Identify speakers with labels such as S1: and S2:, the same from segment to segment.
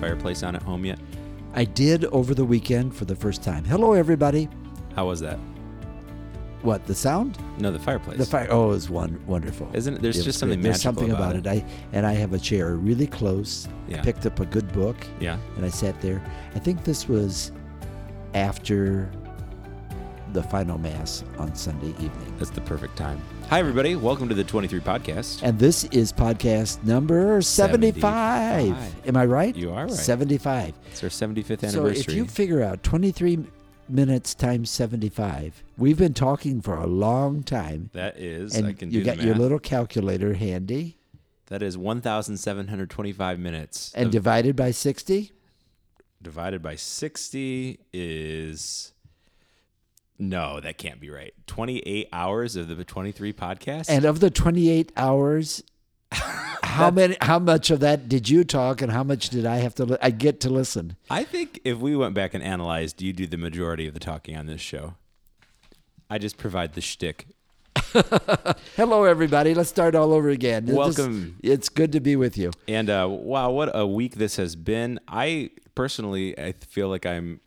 S1: fireplace on at home yet?
S2: I did over the weekend for the first time. Hello, everybody.
S1: How was that?
S2: What the sound?
S1: No, the fireplace.
S2: The fire. Oh, it was one wonderful.
S1: Isn't it- there's
S2: was
S1: just something
S2: great. There's
S1: magical
S2: something
S1: about
S2: about it. I and I have a chair really close.
S1: Yeah.
S2: I picked up a good book
S1: yeah.
S2: and I sat there. I think this was after the final mass on Sunday evening.
S1: That's the perfect time. Hi, everybody. Welcome to the 23 Podcast.
S2: And this is podcast number 75.
S1: 75.
S2: Am I right?
S1: You are right.
S2: 75.
S1: It's our 75th
S2: So
S1: anniversary.
S2: if you figure out 23 minutes times 75, we've been talking for a long time.
S1: that is,
S2: and
S1: I can
S2: you
S1: do
S2: got
S1: the
S2: your
S1: math.
S2: little calculator handy
S1: that is 1,725 minutes.
S2: and
S1: of-
S2: divided by 60?
S1: divided by 60 is. No, that can't be right. 28 hours of the 23 podcast?
S2: And of the 28 hours, how many how much of that did you talk and how much did I have to li- I get to listen?
S1: I think if we went back and analyzed, you do the majority of the talking on this show. I just provide the shtick.
S2: Hello everybody, let's start all over again. This-
S1: Welcome.
S2: it's good to be with you.
S1: And uh, wow, what a week this has been. I personally, I feel like I'm,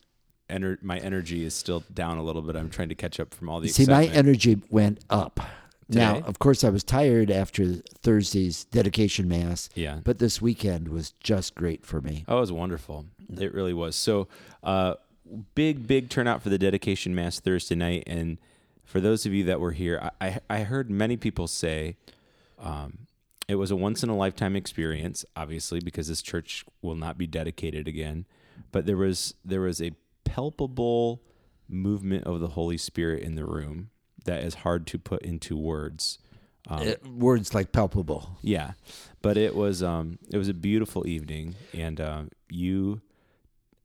S1: ener- my energy is still down a little bit. I'm trying to catch up from all the
S2: See, my
S1: excitement.
S2: energy went up. Now,
S1: Today?
S2: of course, I was tired after Thursday's dedication mass.
S1: Yeah.
S2: But this weekend was just great for me.
S1: Oh, it was wonderful. It really was. So, uh, big, big turnout for the dedication mass Thursday night. And for those of you that were here, I, I, I heard many people say um, it was a once in a lifetime experience, obviously, because this church will not be dedicated again. But there was there was a palpable movement of the Holy Spirit in the room that is hard to put into words. Um, Oh.
S2: Uh, words like palpable.
S1: Yeah, but it was um it was a beautiful evening, and um, you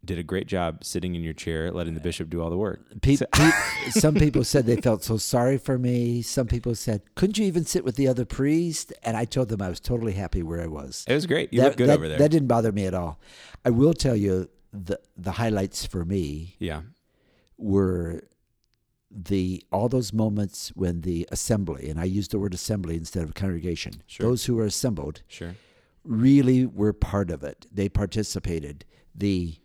S1: did a great job sitting in your chair, letting the bishop do all the work.
S2: Pe- pe- some people said they felt so sorry for me. Some people said, couldn't you even sit with the other priest? And I told them I was totally happy where I was.
S1: It was great. You looked good
S2: that,
S1: over there.
S2: That didn't bother me at all. I will tell you the, the highlights for me
S1: yeah,
S2: were the all those moments when the assembly and I used the word assembly instead of congregation.
S1: Sure.
S2: Those who were assembled
S1: sure.
S2: really were part of it. They participated. The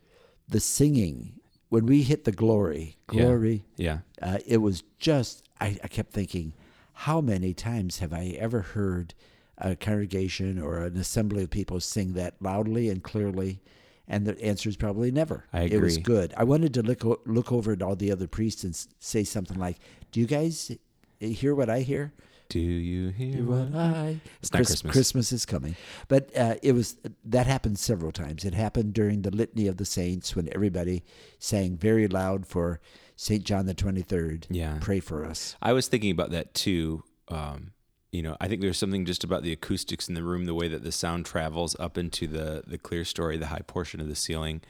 S2: the singing when we hit the glory,
S1: Yeah.
S2: glory,
S1: Yeah,
S2: uh, it was just I, I kept thinking, how many times have I ever heard a congregation or an assembly of people sing that loudly and clearly? And the answer is probably never.
S1: I
S2: It was
S1: agree.
S2: good. I wanted to look o- look over at all the other priests and s- say something like, "Do you guys hear what I hear?
S1: Do you hear what?
S2: I
S1: It's not Christmas.
S2: Christmas is coming, but uh, it was that happened several times. It happened during the Litany of the Saints when everybody sang very loud for Saint John the Twenty Third.
S1: Yeah.
S2: pray for us.
S1: I was thinking about that too. Um, you know, I think there's something just about the acoustics in the room, the way that the sound travels up into the the clear story, the high portion of the ceiling,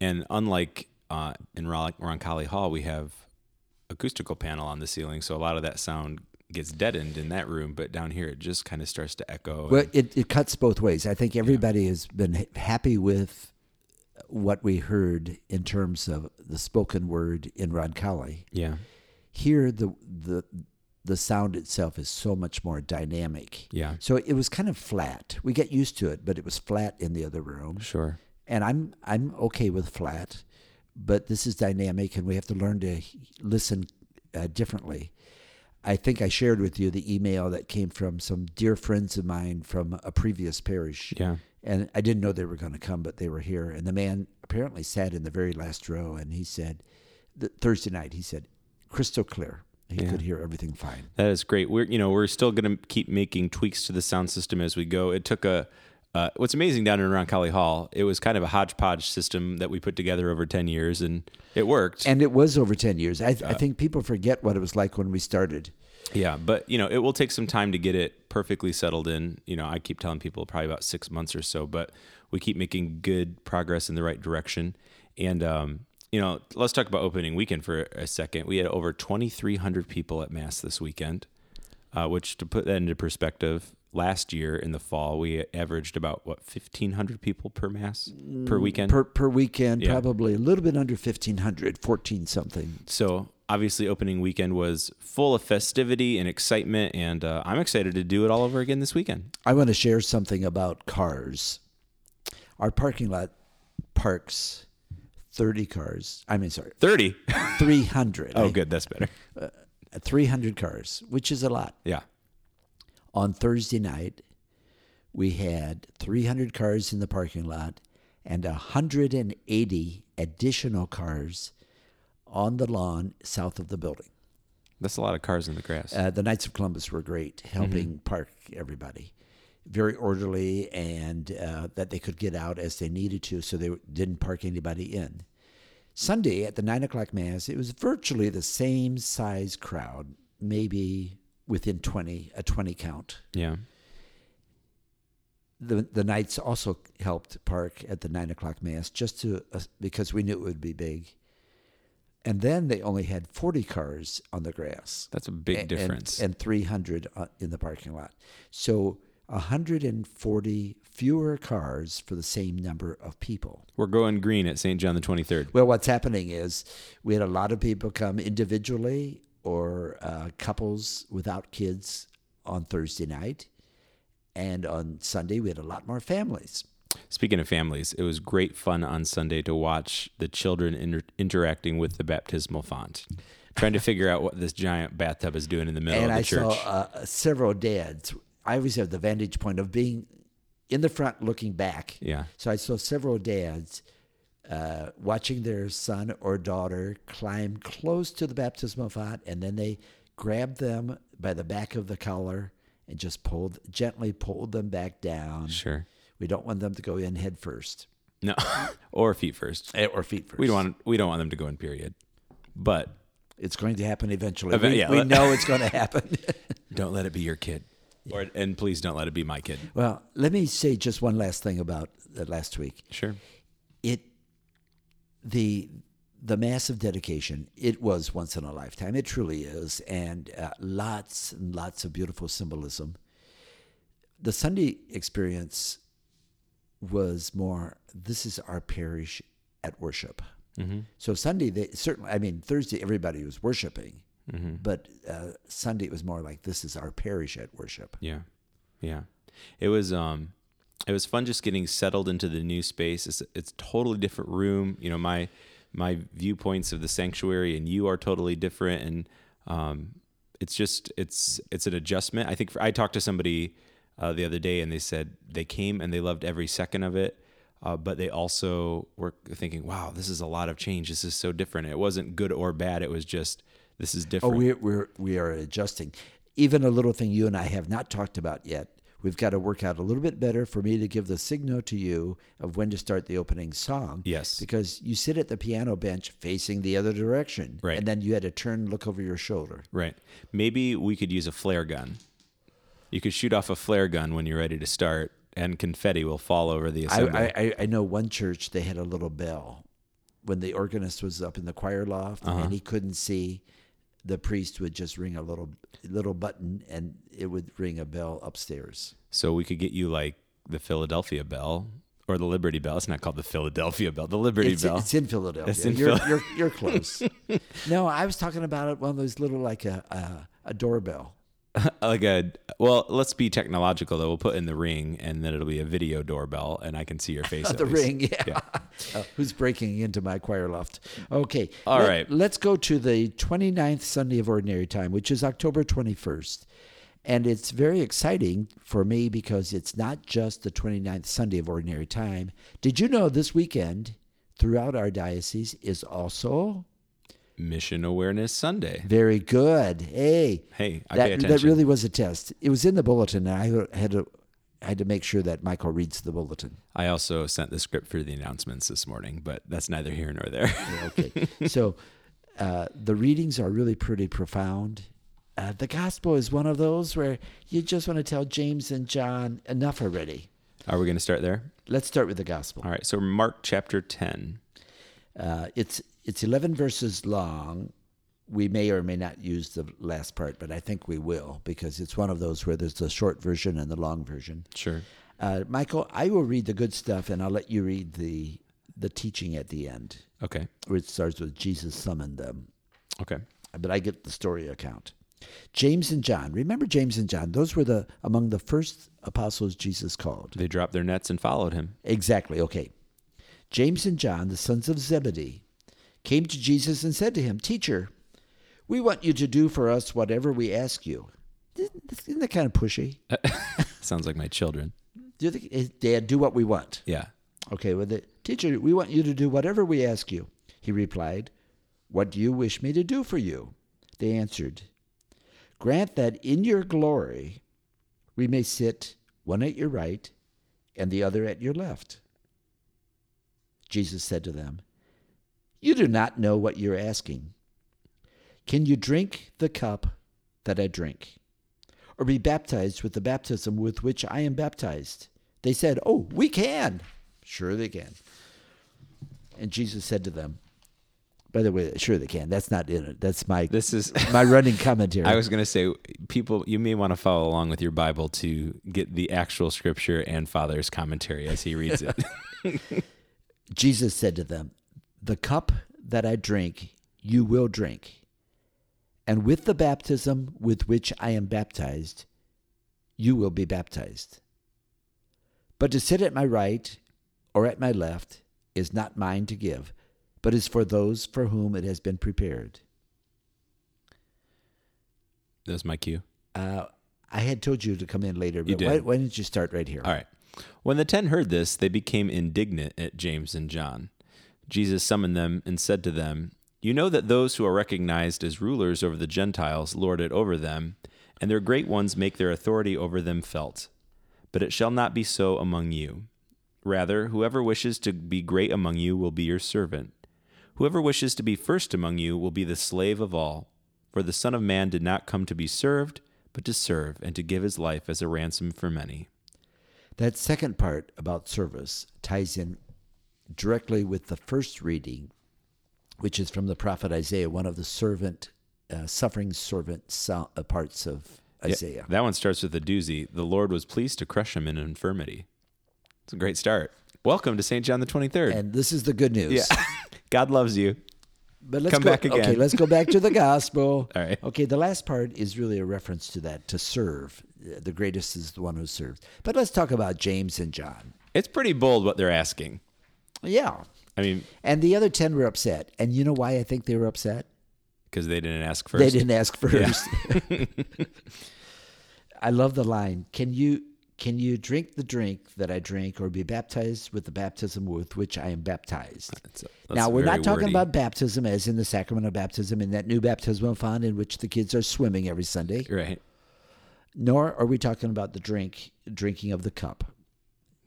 S1: and unlike uh, in Ron- Roncalli Hall, we have acoustical panel on the ceiling, so a lot of that sound gets deadened in that room. But down here, it just kind of starts to echo. and-
S2: Well, it, it cuts both ways. I think everybody has been ha- happy with what we heard in terms of the spoken word in Roncalli.
S1: yeah,
S2: Here, the the the sound itself is so much more dynamic.
S1: yeah,
S2: So it was kind of flat. We get used to it, but it was flat in the other room.
S1: sure,
S2: And I'm I'm okay with flat, but this is dynamic, and we have to learn to he- listen uh, differently. I think I shared with you the email that came from some dear friends of mine from a previous parish.
S1: yeah,
S2: And I didn't know they were going to come, but they were here. And the man apparently sat in the very last row, and he said, th- Thursday night, he said, crystal clear. He
S1: Yeah.
S2: could hear everything fine.
S1: that is great. We're you know we're still gonna keep making tweaks to the sound system as we go. It took a uh, what's amazing down in Roncalli Hall, it was kind of a hodgepodge system that we put together over ten years, and it worked.
S2: And it was over 10 years. I, I think people forget what it was like when we started.
S1: yeah, but you know it will take some time to get it perfectly settled in. You know, I keep telling people probably about six months or so, but we keep making good progress in the right direction. And um, you know, let's talk about opening weekend for a second. We had over twenty three hundred people at mass this weekend. uh, which to put that into perspective, last year in the fall we averaged about what fifteen hundred people per mass per weekend.
S2: Per, per weekend,
S1: Yeah.
S2: probably a little bit under 1,500, 14 something.
S1: so obviously, opening weekend was full of festivity and excitement, and uh, I'm excited to do it all over again this weekend.
S2: I want to share something about cars. Our parking lot parks 30 cars. I mean, sorry,
S1: 30.
S2: 300.
S1: Oh, good. That's better.
S2: 300 cars, which is a lot.
S1: Yeah.
S2: On Thursday night, we had 300 cars in the parking lot and 180 additional cars on the lawn south of the building.
S1: That's a lot of cars in the grass.
S2: Uh, the Knights of Columbus were great, helping park everybody. Very orderly, and uh, that they could get out as they needed to, so they didn't park anybody in. Sunday at the nine o'clock mass, it was virtually the same size crowd, maybe within twenty a twenty count.
S1: yeah.
S2: The the Knights also helped park at the nine o'clock mass just to uh, because we knew it would be big. And then they only had forty cars on the grass.
S1: That's a big
S2: and-
S1: difference.
S2: And, 300 uh, in the parking lot. So 140 fewer cars for the same number of people.
S1: We're going green at St. John the 23rd.
S2: Well, what's happening is we had a lot of people come individually or uh, couples without kids on Thursday night. And on Sunday, we had a lot more families.
S1: Speaking of families, it was great fun on Sunday to watch the children inter- interacting with the baptismal font, trying to figure out what this giant bathtub is doing in the middle
S2: and
S1: of Oh, the
S2: I
S1: church.
S2: saw uh, several dads. I always have the vantage point of being in the front looking back.
S1: yeah.
S2: So I saw several dads uh, watching their son or daughter climb close to the baptismal font, and then they grabbed them by the back of the collar and just pulled gently pulled them back down.
S1: Sure.
S2: We don't want them to go in head first
S1: No. or feet first.
S2: Eh, or feet first.
S1: We don't want we don't want them to go in period. But
S2: It's going to happen eventually.
S1: Eve-
S2: we,
S1: yeah.
S2: we know it's going to happen.
S1: don't let it be your kid. Or and please don't let it be my kid.
S2: well, let me say just one last thing about uh, last week.
S1: Sure.
S2: it the the massive dedication it was once in a lifetime it truly is and uh, lots and lots of beautiful symbolism the sunday experience was more this is our parish at worship so sunday they certainly i mean thursday everybody was worshiping but uh, sunday it was more like this is our parish at worship
S1: Yeah. Yeah. It was um it was fun just getting settled into the new space. It's it's a totally different room. You know, my my viewpoints of the sanctuary and you are totally different and um it's just it's it's an adjustment. I think for, I talked to somebody uh, the other day and they said they came and they loved every second of it. Uh, but they also were thinking, "Wow, this is a lot of change. This is so different." It wasn't good or bad. It was just this is
S2: Oh,
S1: different.
S2: we're, we're, we are adjusting. Even a little thing you and I have not talked about yet. We've got to work out a little bit better for me to give the signal to you of when to start the opening song.
S1: Yes.
S2: Because you sit at the piano bench facing the other direction.
S1: Right.
S2: And then you had to turn, look over your shoulder.
S1: Right. Maybe we could use a flare gun. You could shoot off a flare gun when you're ready to start, and confetti will fall over the
S2: I,
S1: assembly.
S2: I, I- I know one church, they had a little bell. When the organist was up in the choir loft
S1: Uh-huh.
S2: and he couldn't see, the priest would just ring a little little button and it would ring a bell upstairs.
S1: so we could get you like the Philadelphia Bell or the Liberty Bell. It's not called the Philadelphia Bell, the Liberty
S2: it's,
S1: Bell.
S2: it's in Philadelphia.
S1: It's in
S2: you're, you're, you're close. no, I was talking about it, one of those little, like a, a, a doorbell.
S1: like a well, let's be technological though. We'll put in the ring, and then it'll be a video doorbell, and I can see your face. at
S2: The
S1: least.
S2: ring, yeah. Uh, who's breaking into my choir loft? Okay.
S1: All
S2: All Let,
S1: right.
S2: Let's go to the 29th Sunday of Ordinary Time, which is October 21st. And it's very exciting for me because it's not just the 29th Sunday of Ordinary Time. Did you know this weekend throughout our diocese is also
S1: Mission Awareness Sunday.
S2: very good? Hey,
S1: Hey, I pay
S2: that,
S1: attention.
S2: that really was a test. It was in the bulletin, and I had to I had to make sure that Michael reads the bulletin.
S1: I also sent the script for the announcements this morning, but that's neither here nor there.
S2: Okay, so uh, the readings are really pretty profound. Uh, the gospel is one of those where you just want to tell James and John enough already.
S1: Are we going to start there?
S2: Let's start with the gospel.
S1: All right. So Mark chapter ten.
S2: Uh, it's it's eleven verses long. We may or may not use the last part, but I think we will because it's one of those where there's the short version and the long version.
S1: Sure.
S2: Uh, Michael, I will read the good stuff, and I'll let you read the the teaching at the end,
S1: Okay.
S2: where it starts with Jesus summoned them.
S1: Okay.
S2: But I get the story account. James and John. Remember James and John? Those were the among the first apostles Jesus called.
S1: They dropped their nets and followed him.
S2: Exactly. Okay. James and John, the sons of Zebedee, came to Jesus and said to him, Teacher, we want you to do for us whatever we ask you. Isn't that kind of pushy?
S1: Sounds like my children.
S2: Do they, eh, Dad, do what we want.
S1: Yeah.
S2: Okay, with it. Teacher, we want you to do whatever we ask you. He replied, What do you wish me to do for you? They answered, Grant that in your glory we may sit one at your right and the other at your left. Jesus said to them, You do not know what you're asking. Can you drink the cup that I drink? Or be baptized with the baptism with which I am baptized? They said, Oh, we can. Sure, they can. And Jesus said to them, By the way, sure they can. That's not in it. That's my
S1: This is.
S2: my running commentary.
S1: I was going to say, people, you may want to follow along with your Bible to get the actual scripture and Father's commentary as he reads it.
S2: Jesus said to them, The cup that I drink, you will drink. And with the baptism with which I am baptized, you will be baptized. But to sit at my right or at my left is not mine to give, but is for those for whom it has been prepared.
S1: That's my cue.
S2: Uh, I had told you to come in later,
S1: You
S2: but why,
S1: did.
S2: why didn't you start right here?
S1: All right. When the ten heard this, they became indignant at James and John. Jesus summoned them and said to them, You know that those who are recognized as rulers over the Gentiles lord it over them, and their great ones make their authority over them felt. But it shall not be so among you. Rather, whoever wishes to be great among you will be your servant. Whoever wishes to be first among you will be the slave of all. For the Son of Man did not come to be served, but to serve, and to give his life as a ransom for many.
S2: That second part about service ties in directly with the first reading, which is from the prophet Isaiah, one of the servant, uh, suffering servant so- uh, parts of
S1: Yeah,
S2: Isaiah.
S1: that one starts with a doozy. The Lord was pleased to crush him in infirmity. It's a great start. Welcome to St. John the 23rd.
S2: And this is the good news.
S1: yeah. God loves you.
S2: But let's
S1: Come
S2: go,
S1: back again.
S2: Okay, let's go back to the gospel.
S1: All right.
S2: Okay, the last part is really a reference to that to serve. Uh, The greatest is the one who serves. But let's talk about James and John.
S1: It's pretty bold what they're asking.
S2: Yeah.
S1: I mean,
S2: And the other 10 were upset. And you know why I think they were upset?
S1: because they didn't ask first.
S2: They didn't ask first. I love the line. Can you can you drink the drink that I drink, or be baptized with the baptism with which I am baptized?
S1: That's- that's
S2: now we're
S1: very
S2: not talking
S1: wordy.
S2: about baptism as in the sacrament of baptism in that new baptismal font in which the kids are swimming every Sunday.
S1: Right.
S2: Nor are we talking about the drink drinking of the cup.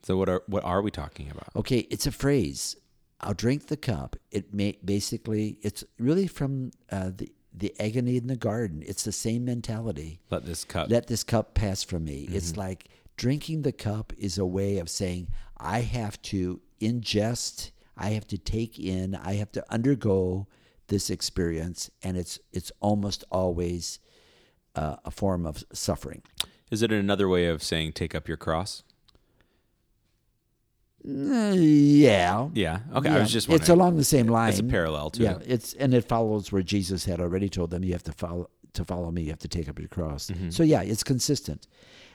S1: So what are what are we talking about?
S2: Okay, it's a phrase. I'll drink the cup. It may basically it's really from uh, the the agony in the garden. It's the same mentality.
S1: Let this cup.
S2: let this cup pass from me. It's
S1: Mm-hmm.
S2: like drinking the cup is a way of saying, I have to ingest, I have to take in, I have to undergo this experience. And it's, it's almost always uh, a form of suffering.
S1: Is it another way of saying take up your cross?
S2: Mm, yeah.
S1: Yeah. Okay. I
S2: Yeah.
S1: was just
S2: It's
S1: wondering.
S2: along the same line.
S1: It's a parallel to
S2: yeah,
S1: it.
S2: it's and it follows where Jesus had already told them, "You have to follow to follow me. You have to take up your cross." So yeah, it's consistent.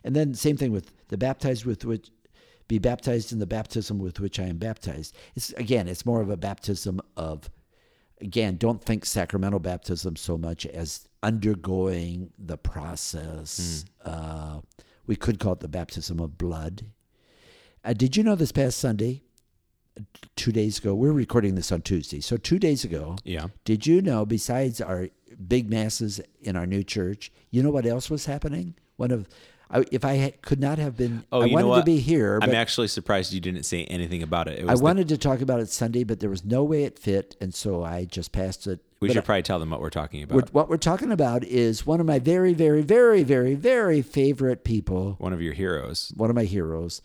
S2: And then same thing with the baptized with which be baptized in the baptism with which I am baptized. It's again, it's more of a baptism of again, don't think sacramental baptism so much as undergoing the process. Uh, we could call it the baptism of blood. Uh, did you know this past Sunday, two days ago, we're recording this on Tuesday. So, two days ago,
S1: Yeah.
S2: did you know, besides our big masses in our new church, you know what else was happening? One of, I, if I had, could not have been,
S1: Oh,
S2: I
S1: you know
S2: wanted to
S1: what?
S2: be here,
S1: I'm
S2: but
S1: actually surprised you didn't say anything about it. It
S2: I
S1: was the-
S2: wanted to talk about it Sunday, but there was no way it fit. And so I just passed it.
S1: we
S2: But
S1: should
S2: I-
S1: probably tell them what we're talking about.
S2: we're, what we're talking about is one of my very, very, very, very, very favorite people,
S1: One of your heroes.
S2: one of my heroes,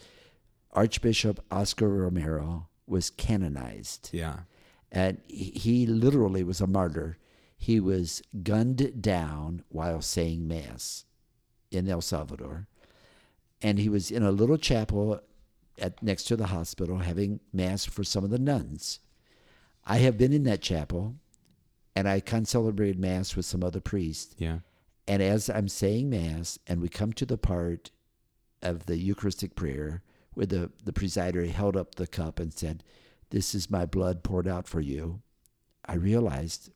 S2: Archbishop Oscar Romero, was canonized.
S1: Yeah.
S2: And he- he literally was a martyr. He was gunned down while saying Mass in El Salvador. And he was in a little chapel at, next to the hospital having Mass for some of the nuns. I have been in that chapel and I concelebrated Mass with some other priests.
S1: Yeah.
S2: And as I'm saying Mass, and we come to the part of the Eucharistic prayer where the, the presider held up the cup and said, This is my blood poured out for you. I realized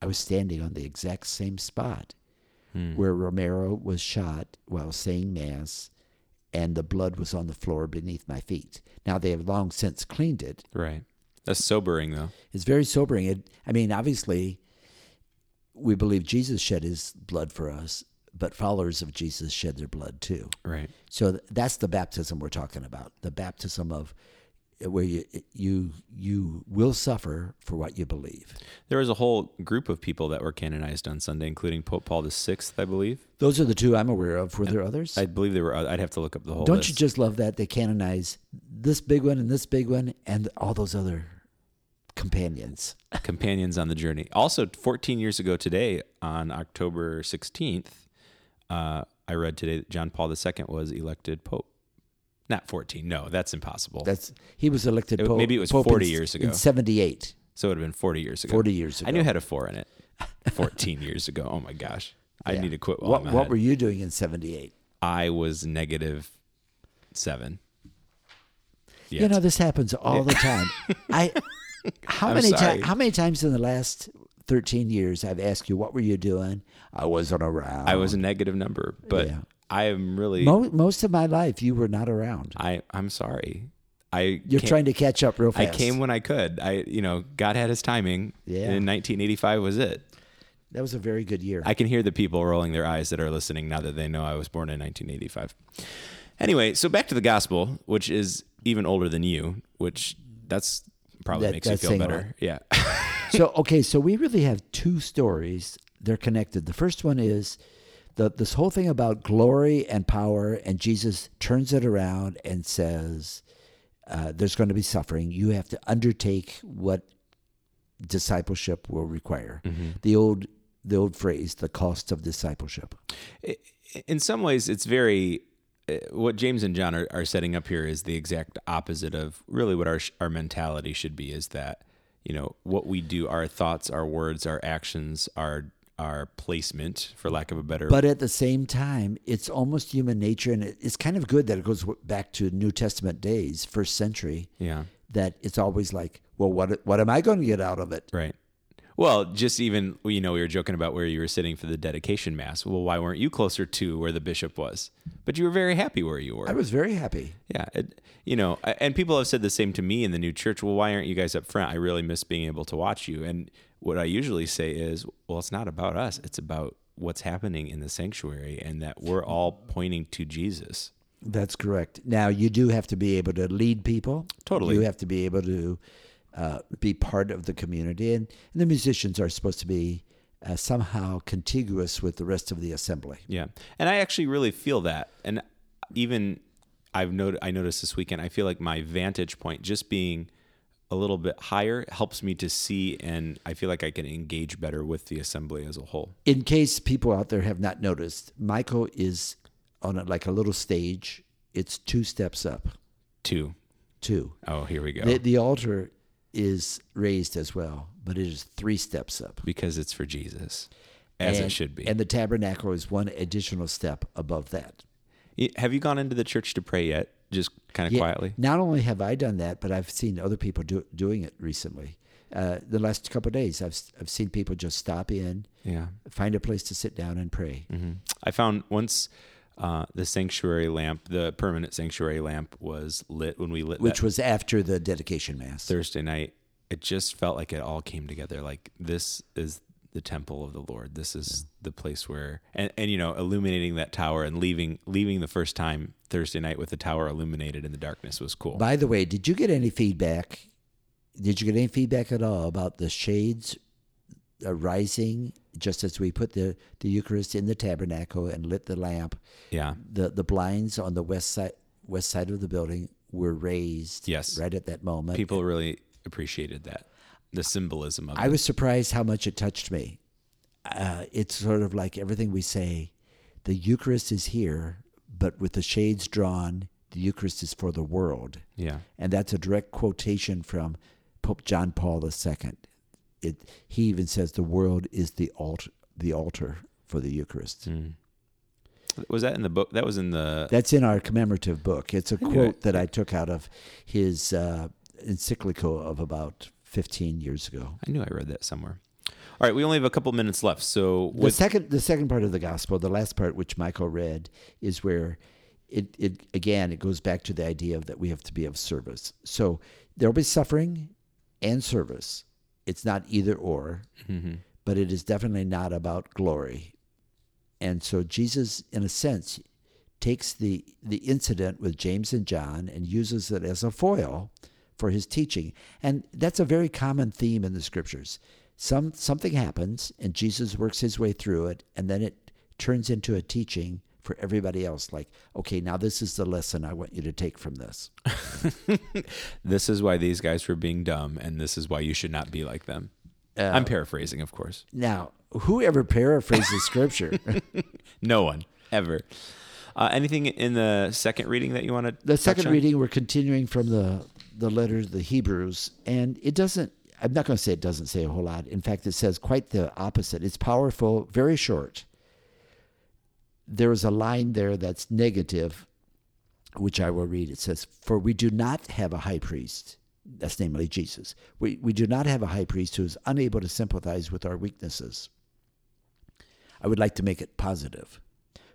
S2: I was standing on the exact same spot where Romero was shot while saying Mass, and the blood was on the floor beneath my feet. Now, they have long since cleaned it.
S1: Right. That's sobering, though.
S2: It's very sobering. It, I mean, obviously, we believe Jesus shed his blood for us, but followers of Jesus shed their blood too.
S1: Right.
S2: So th- that's the baptism we're talking about. The baptism of uh, where you you you will suffer for what you believe.
S1: There was a whole group of people that were canonized on Sunday, including Pope Paul VI, I believe.
S2: Those are the two I'm aware of. Were there others?
S1: I believe there were. oth- I'd have to look up the whole.
S2: Don't
S1: list.
S2: you just love that they canonize this big one and this big one and all those other companions?
S1: companions on the journey. Also, 14 years ago today, on October 16th, uh, I read today that John Paul II was elected pope. Not 14. No, that's impossible.
S2: That's he was elected
S1: It-
S2: pope.
S1: maybe it was
S2: pope in
S1: 40
S2: s-
S1: years
S2: In
S1: ago.
S2: 78,
S1: so it would have been 40 years ago.
S2: 40 years ago.
S1: I knew it had a four in it. 14 years ago. Oh my gosh. I
S2: Yeah.
S1: need to quit. While
S2: What
S1: I'm
S2: what
S1: ahead.
S2: were you doing in 78?
S1: I was negative seven. Yeah.
S2: You know, this happens all the time. I how
S1: I'm
S2: many
S1: sorry.
S2: times how many times in the last thirteen years I've asked you what were you doing? I wasn't around.
S1: I was a negative number, but
S2: Yeah.
S1: I am really.
S2: Mo- most of my life you were not around.
S1: I I'm sorry. I
S2: You're
S1: can't-
S2: trying to catch up real
S1: I
S2: fast.
S1: came when I could. I, you know, God had his timing.
S2: Yeah.
S1: And 1985 was it.
S2: That was a very good year.
S1: I can hear the people rolling their eyes that are listening now that they know I was born in 1985. Anyway, so back to the gospel, which is even older than you, which that's probably
S2: That-
S1: makes you
S2: that's
S1: feel
S2: saying a
S1: better. Yeah.
S2: so okay, so we really have two stories. They're connected. The first one is the this whole thing about glory and power, and Jesus turns it around and says, uh, "There's going to be suffering. You have to undertake what discipleship will require." The old the old phrase, "The cost of disciplship."
S1: in some ways, it's very uh, what James and John are, are setting up here is the exact opposite of really what our sh- our mentality should be is that you know what we do, our thoughts, our words, our actions, our our placement, for lack of a better
S2: But at the same time, it's almost human nature, and it- it's kind of good that it goes w- back to New Testament days, first century.
S1: yeah
S2: that it's always like, well, what what am I going to get out of it?
S1: Right. Well, just even you know, we were joking about where you were sitting for the dedication mass. Well, why weren't you closer to where the bishop was? But you were very happy where you
S2: I
S1: were.
S2: was very happy.
S1: Yeah, it, you know, I- and people have said the same to me in the new church. Well, why aren't you guys up front? I really miss being able to watch you. And what I usually say is, well, it's not about us. It's about what's happening in the sanctuary, and that we're all pointing to Jesus.
S2: That's correct. Now you do have to be able to lead people.
S1: Totally.
S2: you have to be able to uh, be part of the community, and, and the musicians are supposed to be uh, somehow contiguous with the rest of the assembly.
S1: Yeah, and I actually really feel that, and even I've noted I noticed this weekend. I feel like my vantage point, just being a little bit higher, helps me to see, and I feel like I can engage better with the assembly as a whole.
S2: In case people out there have not noticed, Michael is on a, like a little stage. It's two steps up,
S1: Two.
S2: two.
S1: Oh, here we go.
S2: The, the altar is raised as well, but it is three steps up.
S1: because it's for Jesus, as it
S2: And-
S1: should be.
S2: And the tabernacle is one additional step above that.
S1: Y- Have you gone into the church to pray yet? Just kind of
S2: Yeah,
S1: quietly.
S2: Not only have I done that, but I've seen other people do, doing it recently. Uh, the last couple of days, I've s- I've seen people just stop in,
S1: Yeah.
S2: find a place to sit down and pray.
S1: Mm-hmm. I found once uh, the sanctuary lamp, the permanent sanctuary lamp, was lit when we lit that
S2: Which was after the dedication mass.
S1: Thursday night, it just felt like it all came together. Like this is the temple of the Lord. This is the place where and, and you know, illuminating that tower and leaving leaving the first time Thursday night with the tower illuminated in the darkness was cool.
S2: By the way, did you get any feedback? Did you get any feedback at all about the shades uh, rising just as we put the, the Eucharist in the tabernacle and lit the lamp?
S1: yeah.
S2: the the blinds on the west side west side of the building were raised
S1: Yes.
S2: right at that moment
S1: People really appreciated that. The symbolism of
S2: i
S1: it.
S2: was surprised how much it touched me uh, it's sort of like everything we say the eucharist is here but with the shades drawn the eucharist is for the world
S1: Yeah.
S2: and that's a direct quotation from pope john paul ii it, he even says the world is the alt, the altar for the eucharist
S1: Was that in the book? That was in the
S2: That's in our commemorative book. It's a
S1: knew
S2: quote that I took out of his uh, encyclical of about 15 years ago.
S1: I knew I read that somewhere. All right, we only have a couple minutes left. So
S2: The second, the second part of the gospel, the last part which Michael read, is where it, it again it goes back to the idea of that we have to be of service. So there will be suffering and service. It's not either or,
S1: mm-hmm.
S2: but it is definitely not about glory. And so Jesus, in a sense, takes the the incident with James and John and uses it as a foil for his teaching. And that's a very common theme in the scriptures. Some something happens and Jesus works his way through it and then it turns into a teaching for everybody else like, okay, now this is the lesson I want you to take from this.
S1: this is why these guys were being dumb, and this is why you should not be like them.
S2: Oh.
S1: I'm paraphrasing, of course.
S2: Now, whoever paraphrases scripture,
S1: No one ever. Uh, anything in the second reading that you want to?
S2: the second reading we're continuing from the the letter to the Hebrews, and it doesn't. I'm not going to say it doesn't say a whole lot. In fact, it says quite the opposite. It's powerful, very short. There is a line there that's negative, which I will read. It says, "For we do not have a high priest." That's namely Jesus. We, we do not have a high priest who is unable to sympathize with our weaknesses. I would like to make it positive.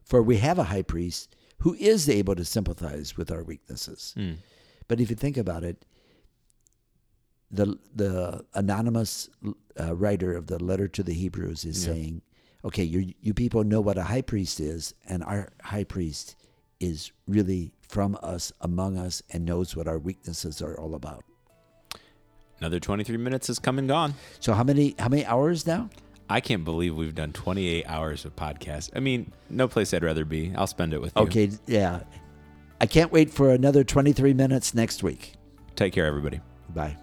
S2: For we have a high priest who is able to sympathize with our weaknesses. But if you think about it, the the anonymous uh, writer of the letter to the Hebrews is saying, "Okay, you you people know what a high priest is, and our high priest is really from us, among us, and knows what our weaknesses are all about."
S1: Another 23 minutes has come and gone.
S2: So how many how many hours now?
S1: I can't believe we've done 28 hours of podcast. I mean, no place I'd rather be. I'll spend it with you.
S2: Okay, yeah. I can't wait for another 23 minutes next week.
S1: Take care, everybody.
S2: Bye.